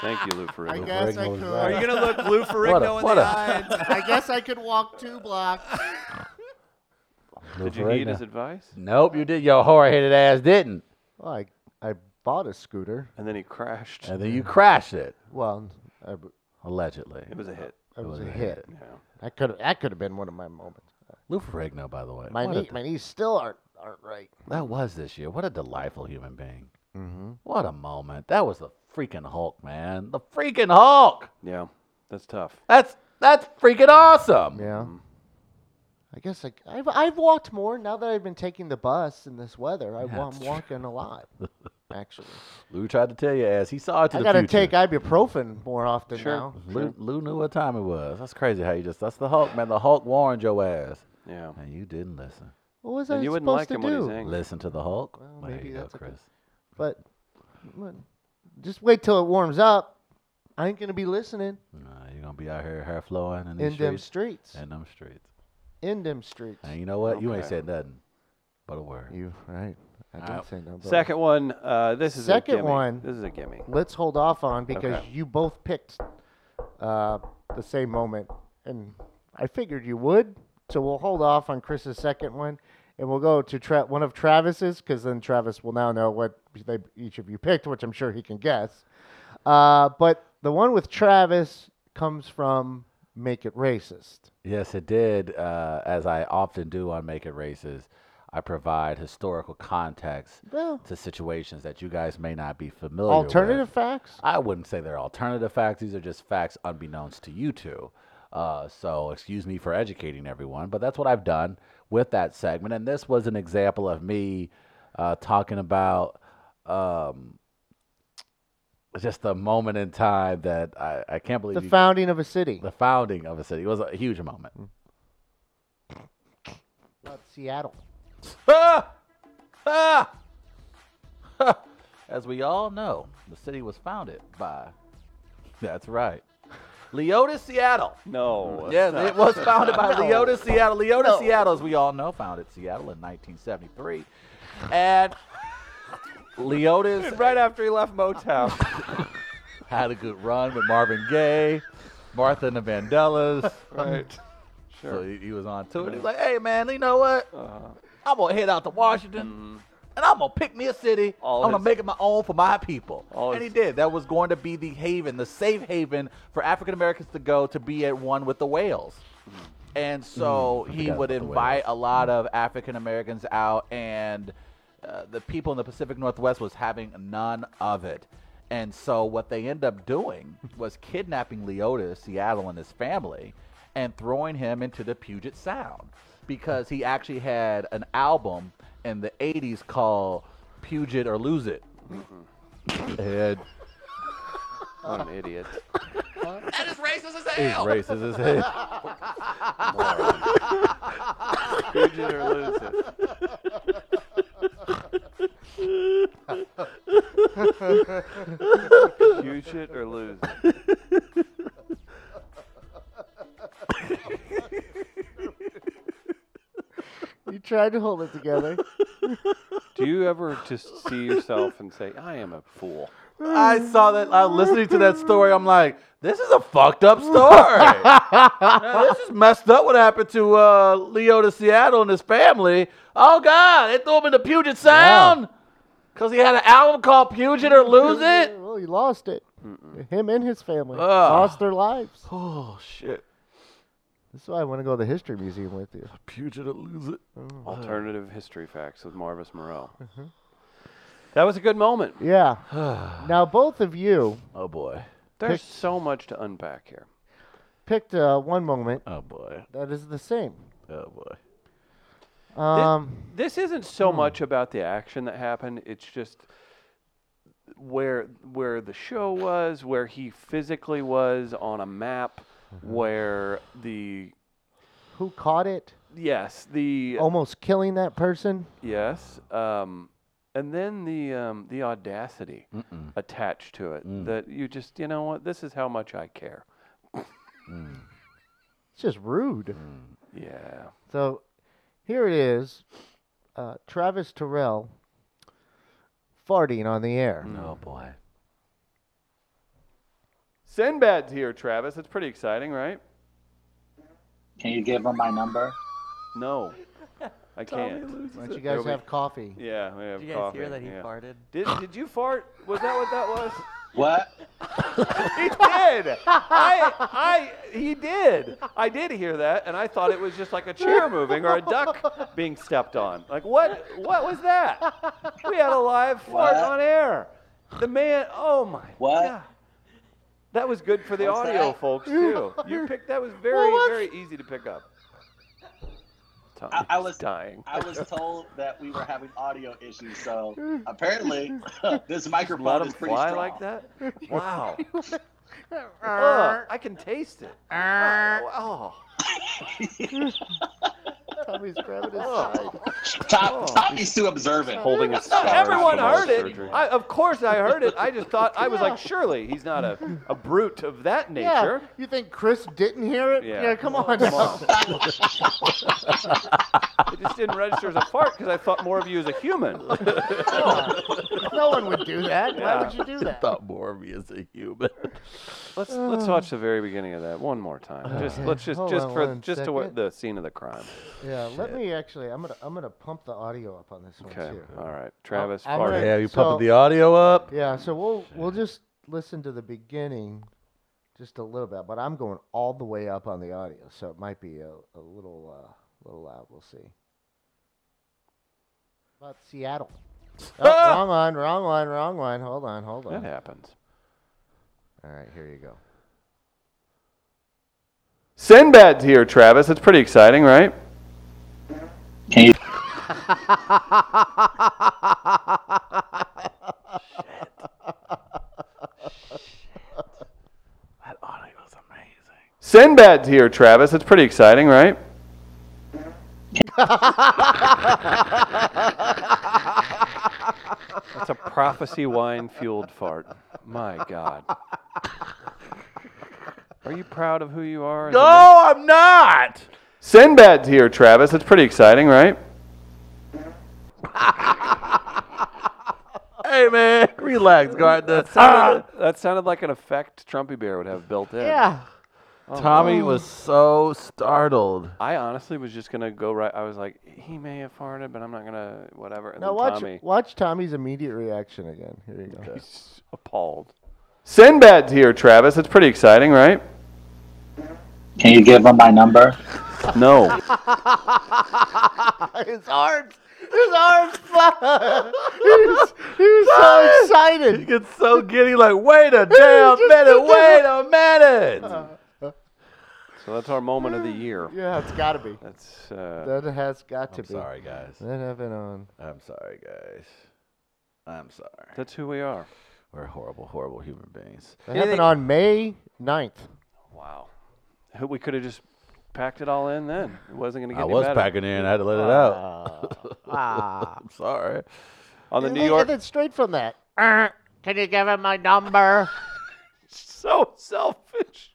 Thank you, Lou i Ferrigno. guess i could Are you gonna look Lou What a- Ferrigno in what the a- eye? i guess i could walk two blocks Lou Did you need Ferrigno. his advice? Nope, you did. Your hard-headed ass didn't, well, i i bought a scooter And then he crashed. and then you crashed it well i, b- allegedly. It was a hit. I was was, a a hit Yeah. that could that could have been one of my moments Lou Ferrigno, by the way. my what a knee, my knees still aren't aren't right That was this year. What a delightful human being. Mm-hmm. What a moment. That was the freaking Hulk, man. The freaking Hulk. Yeah. That's tough. That's that's freaking awesome. Yeah. Um, I guess like I've I've walked more now that I've been taking the bus in this weather. I, wa- I'm that's true. walking a lot, actually. Lou tried to tell you ass. He saw it to I the gotta future. take ibuprofen more often Sure. now. Lou, Lou knew what time it was. That's crazy how you just. That's the Hulk, man. The Hulk warned your ass. Yeah. And you didn't listen. What was And I you wouldn't like supposed to him do? when he's angry. Listen to the Hulk. Well, there maybe you go, that's a good- Chris. But but just wait till it warms up. I ain't gonna be listening Nah, you're gonna be out here, hair flowing, and in these them streets, streets. and them streets. In them streets. And you know what? You ain't Okay. said nothing, but a word. You right? I didn't Uh, say no. but- Second one. Uh, this is Second a gimme. one. This is a gimme. Let's hold off on because Okay. you both picked uh, the same moment, and I figured you would. So we'll hold off on Chris's second one, and we'll go to tra- one of Travis's because then Travis will now know what they, each of you picked, which I'm sure he can guess. Uh, but the one with Travis comes from "Make It Racist." Yes, it did. Uh, as I often do on Make It Races, I provide historical context Well, to situations that you guys may not be familiar alternative with. facts. I wouldn't say they're alternative facts. These are just facts unbeknownst to you two. Uh, so excuse me for educating everyone, but that's what I've done with that segment. And this was an example of me uh, talking about um, just a moment in time that I, I can't believe The you- founding of a city, the founding of a city. It was a huge moment. About Seattle. Ah! Ah! Ha! As we all know, the city was founded by. That's right. Leota, Seattle. No. that's Yes, not- it was founded by Leota, Seattle. Leota, Seattle, as we all know, founded Seattle in 1973. And Leota's Right after he left Motown. had a good run with Marvin Gaye, Martha and the Vandellas. right. So he, he was on tour. And he was like, hey, man, you know what? Uh-huh. I'm going to head out to Washington and I'm going to pick me a city. Mm-hmm. All I'm going his- to make it my own for my people. All and his- he did. That was going to be the haven, the safe haven for African Americans to go to be at one with the whales. And so he Mm-hmm. forgot would about the Mm-hmm. invite a lot of African Americans out, and uh, the people in the Pacific Northwest was having none of it. And so what they end up doing was kidnapping Leota Seattle and his family, and throwing him into the Puget Sound because he actually had an album in the '80s called "Puget or Lose It." And What an idiot. it's racist as hell. Lose it or lose it. Huge it or lose it. You tried to hold it together. Do you ever just see yourself and say, I am a fool? I saw that. I listening to that story. I'm like, this is a fucked up story. Yeah, this is messed up what happened to uh, Leo to Seattle and his family. Oh, God. They threw him in the Puget Sound because he had an album called Puget or Lose It. well, he lost it. Him and his family Ugh. lost their lives. Oh, shit. That's why I want to go to the history museum with you. Puget or Lose It. Alternative history facts with Marvis Moreau. That was a good moment. Yeah. now both of you Oh, boy. There's so much to unpack here. picked uh, one moment Oh, boy. that is the same. Oh, boy. Um, This isn't so much about the action that happened. It's just where where the show was, where he physically was on a map, where the who caught it? yes the Almost killing that person. yes um, and then the um, the audacity attached to it that you just you know what this is how much I care. It's just rude. Yeah. So here it is uh, Travis Terrell farting on the air. Mm. Oh, boy. Sinbad's here, Travis. It's pretty exciting, right? Can you give him my number? No, I can't. Why don't you guys have coffee? Yeah, we have Did you guys coffee. hear that he yeah. farted? Did, did you fart? Was that what that was? What? He did. I, I, he did. I did hear that, and I thought it was just like a chair moving or a duck being stepped on. Like what? What was that? We had a live fart What? on air. The man. Oh my. What? God. That was good for the What's audio, that? folks. Too. You picked. That was very, very easy to pick up. I, I Tommy's was dying. I was told that we were having audio issues, so apparently this microphone Let him is pretty fly strong. like that? Wow. Ugh, I can taste it. Oh. oh. Tommy's grabbing his side. Tom, Tommy's too observant. holding his scar Everyone from all heard it. surgery. I, of course, I heard it. I just thought I was like, surely he's not a, a brute of that Yeah, nature. you think Chris didn't hear it? Yeah. Yeah, come on. Come now. on. it just didn't register as a fart because I thought more of you as a human. No one would do that. Why would you do that? thought more of me as a human. Let's let's watch the very beginning of that one more time. Just let's just Hold just on for one just to wa- second. the scene of the crime. Yeah, let me actually. I'm gonna I'm gonna pump the audio up on this one Okay. Uh, too. All right. Travis I'm farted. gonna- yeah, you So- pumping the audio up. Yeah, so we'll we'll just listen to the beginning, just a little bit. But I'm going all the way up on the audio, so it might be a, a little uh, little loud. We'll see. About Seattle. Oh, Ah! wrong one, wrong one, wrong one. Hold on, hold That on. happens. All right, here you go. Sinbad's here, Travis. It's pretty exciting, right? Hey. That audio is amazing. Sinbad's here, Travis. It's pretty exciting, right? That's a prophecy wine fueled fart. My God. Are you proud of who you are? as a man? No, I'm not. Sinbad's here, Travis. It's pretty exciting, right? Hey man, relax, Ah! Gardner. That sounded like an effect Trumpy Bear would have built in. Yeah. Oh. Tommy was so startled. I honestly was just gonna go right. I was like, he may have farted, but I'm not gonna whatever. And Now then watch Tommy watch Tommy's immediate reaction again. Here you go. he's appalled. Sinbad's here, Travis. It's pretty exciting, right? Can you give him my number? No. His arms, his arms fly. he, was, he was so He excited. gets so giddy, like, wait a damn minute, wait a minute. so that's our moment of the year. Yeah, it's got to be. That's uh, That has got to I'm be. sorry, guys. That happened on. I'm sorry, guys. I'm sorry. that's who we are. We're horrible, horrible human beings. That happened on May 9th. Wow. Who- We could have just packed it all in then. It wasn't gonna get I any was better. packing in. I had to let it out. Ah, I'm sorry. on the And New they York. did it straight from that. "Er, Can you give him my number? So selfish.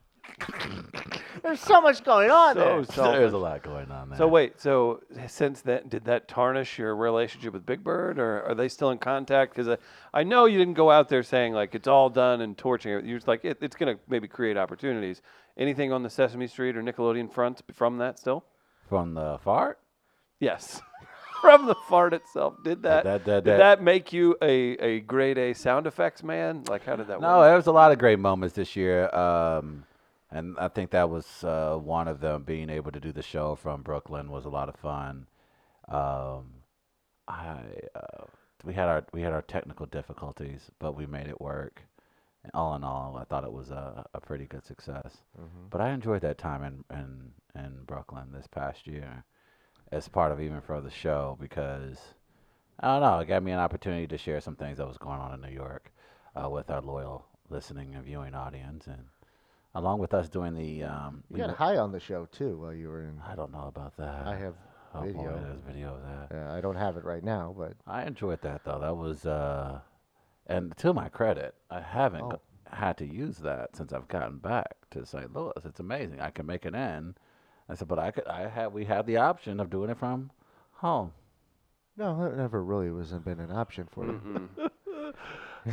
There's so much going on So there. selfish. There's a lot going on there. So wait, so since then, did that tarnish your relationship with Big Bird, or are they still in contact? Because I, I know you didn't go out there saying like it's all done and torching it. You're just like it, it's going to maybe create opportunities. Anything on the Sesame Street or Nickelodeon front from that still? From the fart? Yes, from the fart itself. Did that that- that- did that- that make you a a grade A sound effects man? Like how did that No, work? there was a lot of great moments this year. Um, and I think that was uh, one of them. Being able to do the show from Brooklyn was a lot of fun. Um, I uh, we had our we had our technical difficulties, but we made it work. And all in all, I thought it was a, a pretty good success. Mm-hmm. But I enjoyed that time in, in in Brooklyn this past year, as part of even for the show because I don't know. It got me an opportunity to share some things that was going on in New York uh, with our loyal listening and viewing audience, and along with us doing the. Um, You we got wo- high on the show, too, while you were in. I don't know about that. I have oh, boy, video. there's video of that. Uh, I don't have it right now, but I enjoyed that though. That was, uh, and to my credit, I haven't go- had to use that since I've gotten back to St. Louis. It's amazing. I can make it in. I said, but I could. I had. We had the option of doing it from home. no, that never really wasn't been an option for Mm-hmm. you.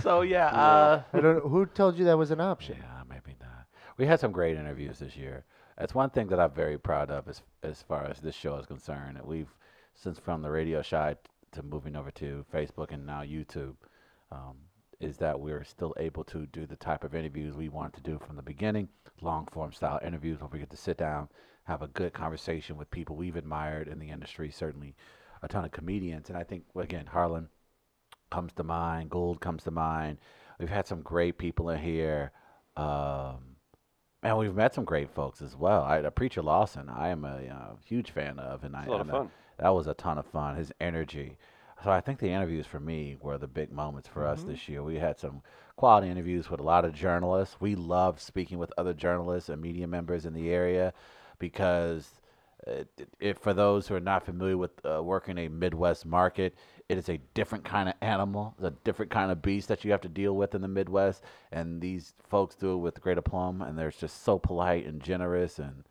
So yeah. Uh, I don't. Who told you that was an option? Yeah, maybe not. We had some great interviews this year. That's one thing that I'm very proud of as as far as this show is concerned. That we've since from the radio side to moving over to Facebook and now YouTube, um, is that we're still able to do the type of interviews we want to do from the beginning, long form style interviews where we get to sit down, have a good conversation with people we've admired in the industry. Certainly, a ton of comedians, and I think again Harlan comes to mind. Gould comes to mind. We've had some great people in here. Um, and we've met some great folks as well. I, uh, Preacher Lawson, I am a uh, huge fan of, and I, a lot of and, uh, fun. that was a ton of fun. His energy. So I think the interviews for me were the big moments for Mm-hmm. us this year. We had some quality interviews with a lot of journalists. We loved speaking with other journalists and media members in the area because Uh, it- If for those who are not familiar with uh, working a Midwest market, it is a different kind of animal, it's a different kind of beast that you have to deal with in the Midwest. And these folks do it with great aplomb, and they're just so polite and generous. And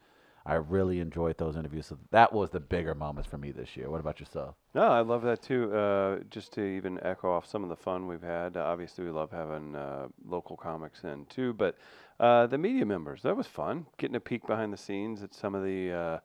I really enjoyed those interviews. So that was the bigger moments for me this year. What about yourself? No, I love that too. Uh, just to even echo off some of the fun we've had. Uh, obviously, we love having uh, local comics in too, but uh, the media members that was fun. Getting a peek behind the scenes at some of the uh,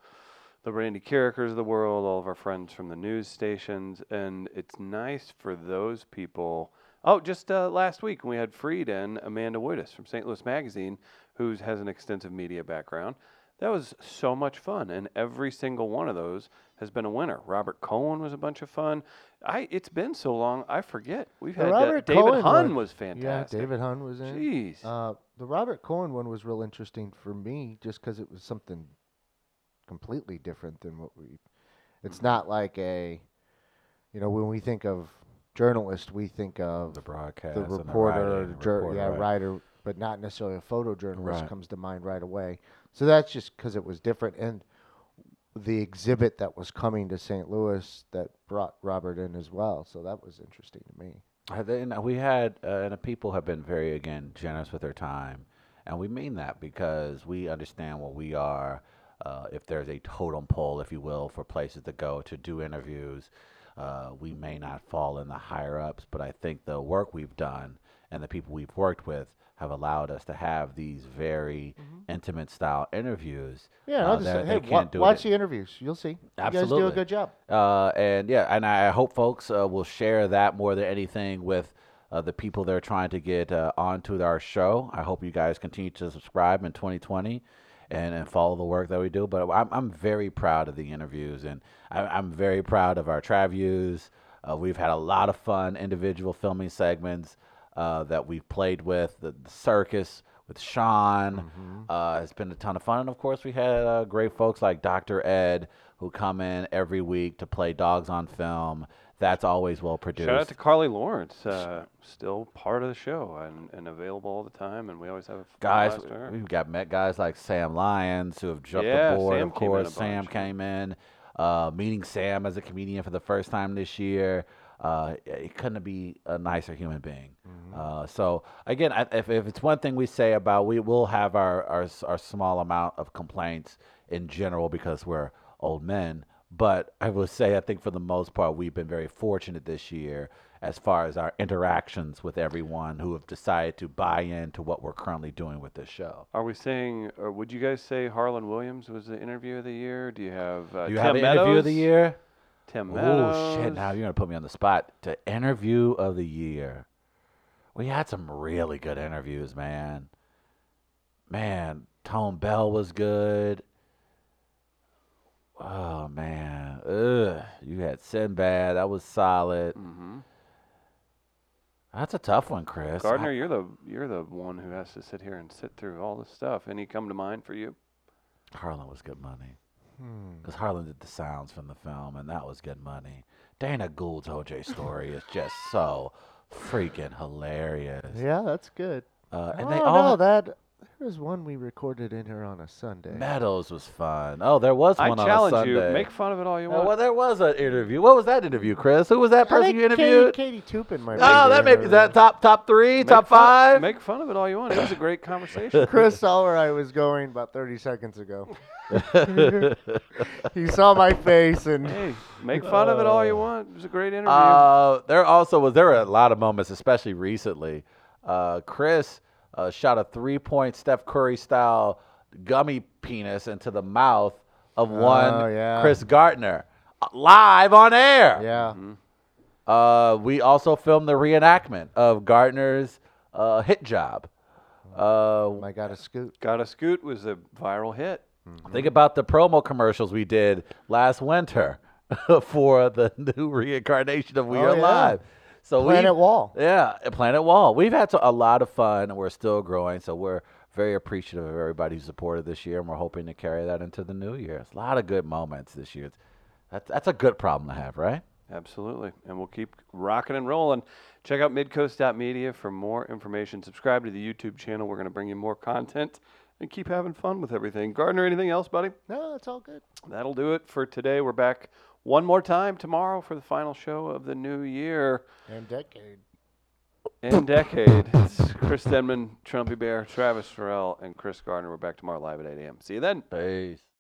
the Randy characters of the world, all of our friends from the news stations, and it's nice for those people. Oh, just uh, last week we had Freed in Amanda Woodis from St. Louis Magazine, who has an extensive media background. That was so much fun, and every single one of those has been a winner. Robert Cohen was a bunch of fun. I it's been so long, I forget. We've The had uh, Robert David Cohen Hun one- was Yeah, fantastic. David Hun was in. Jeez, Uh, the Robert Cohen one was real interesting for me just because it was something completely different than what we. Mm-hmm. It's not like a, you know, when we think of journalist, we think of The broadcast, the and the reporter, writing, jur- reporter, yeah, right. writer, but not necessarily a photojournalist Right. comes to mind right away. So that's just because it was different. And the exhibit that was coming to St. Louis that brought Robert in as well. So that was interesting to me. Uh, Then we had, uh, and the people have been very, again, generous with their time. And we mean that because we understand what we are. Uh, if there's a totem pole, if you will, for places to go to do interviews, uh, we may not fall in the higher ups, but I think the work we've done and the people we've worked with have allowed us to have these very intimate style interviews. Mm-hmm. Yeah, uh, I'll just that say, they hey, can't wa- do it watch at- the interviews. You'll see. You guys do Absolutely. a good job. Uh, and yeah, and I hope folks uh, will share that more than anything with uh, the people they're trying to get uh, onto our show. I hope you guys continue to subscribe in 2020 and, and follow the work that we do. But I'm, I'm very proud of the interviews and I, I'm very proud of our Travviews. Uh, we've had a lot of fun individual filming segments uh, that we've played with, the, the circus with Sean. Mm-hmm. Uh, it's been a ton of fun. And of course, we had uh, great folks like Dr. Ed who come in every week to play dogs on film. That's always well produced. shout out to Carly Lawrence, uh, still part of the show and, and available all the time, and we always have a guys, blast with her. we've got met guys like Sam Lyons who have jumped Yeah, aboard. Sam of came in a course, Sam bunch. came in. Uh, meeting Sam as a comedian for the first time this year, uh, it couldn't be a nicer human being. Mm-hmm. Uh, so again, I, if, if it's one thing we say about, we will have our, our s- our small amount of complaints in general because we're old men. But I will say, I think for the most part, we've been very fortunate this year as far as our interactions with everyone who have decided to buy into what we're currently doing with this show. Are we saying, or would you guys say Harlan Williams was the interview of the year? Do you have uh, Do you Tim have an interview of the Meadows? year? Tim Meadows. Oh shit! Now you're gonna put me on the spot to interview of the year. We had some really good interviews, man. Man, Tone Bell was good. Oh man, ugh! You had Sinbad. That was solid. Mhm. That's a tough one, Chris. I- Gardner, you're the you're the one who has to sit here and sit through all this stuff. Any come to mind for you? Harlan was good money. Hmm. Because Harlan did the sounds from the film, and that was good money. Dana Gould's OJ story is just so freaking hilarious. Yeah, that's good. Uh, and I don't they all know that. There was one we recorded in here on a Sunday. Meadows was fun. Oh, there was I one on a challenge Sunday. you. Make fun of it all you No, want. well, there was an interview. What was that interview, Chris? Who was that I person think you interviewed? Katie, Katie Tupin might. oh, that may be that top top three, Make top fun- five. Make fun of it all you want. It was a great conversation. Chris saw where I was going about 30 seconds ago. he saw my face and hey, make fun of it all you want. It was a great interview. Uh, there also was there were a lot of moments, especially recently. Uh, Chris uh, shot a three point Steph Curry style gummy penis into the mouth of one Oh, yeah. Chris Gardner uh, live on air. yeah, Mm-hmm. Uh, we also filmed the reenactment of Gardner's uh, hit job. Uh, I got a scoot. Gotta Scoot was a viral hit. think about the promo commercials we did last winter for the new reincarnation of We Oh, Are yeah. Live. So Planet we, Wall. Yeah, at Planet Wall. We've had so- a lot of fun, and we're still growing. So we're very appreciative of everybody who supported this year, and we're hoping to carry that into the new year. It's a lot of good moments this year. It's- That's that's a good problem to have, right? Absolutely. And we'll keep rocking and rolling. Check out midcoast.media for more information. Subscribe to the YouTube channel. We're going to bring you more content and keep having fun with everything. Gardner, anything else, buddy? No, it's all good. That'll do it for today. We're back one more time tomorrow for the final show of the new year And decade. and decade. It's Chris Denman, Trumpy Bear, Travis Farrell, and Chris Gardner. We're back tomorrow live at 8 a.m. See you then. Peace.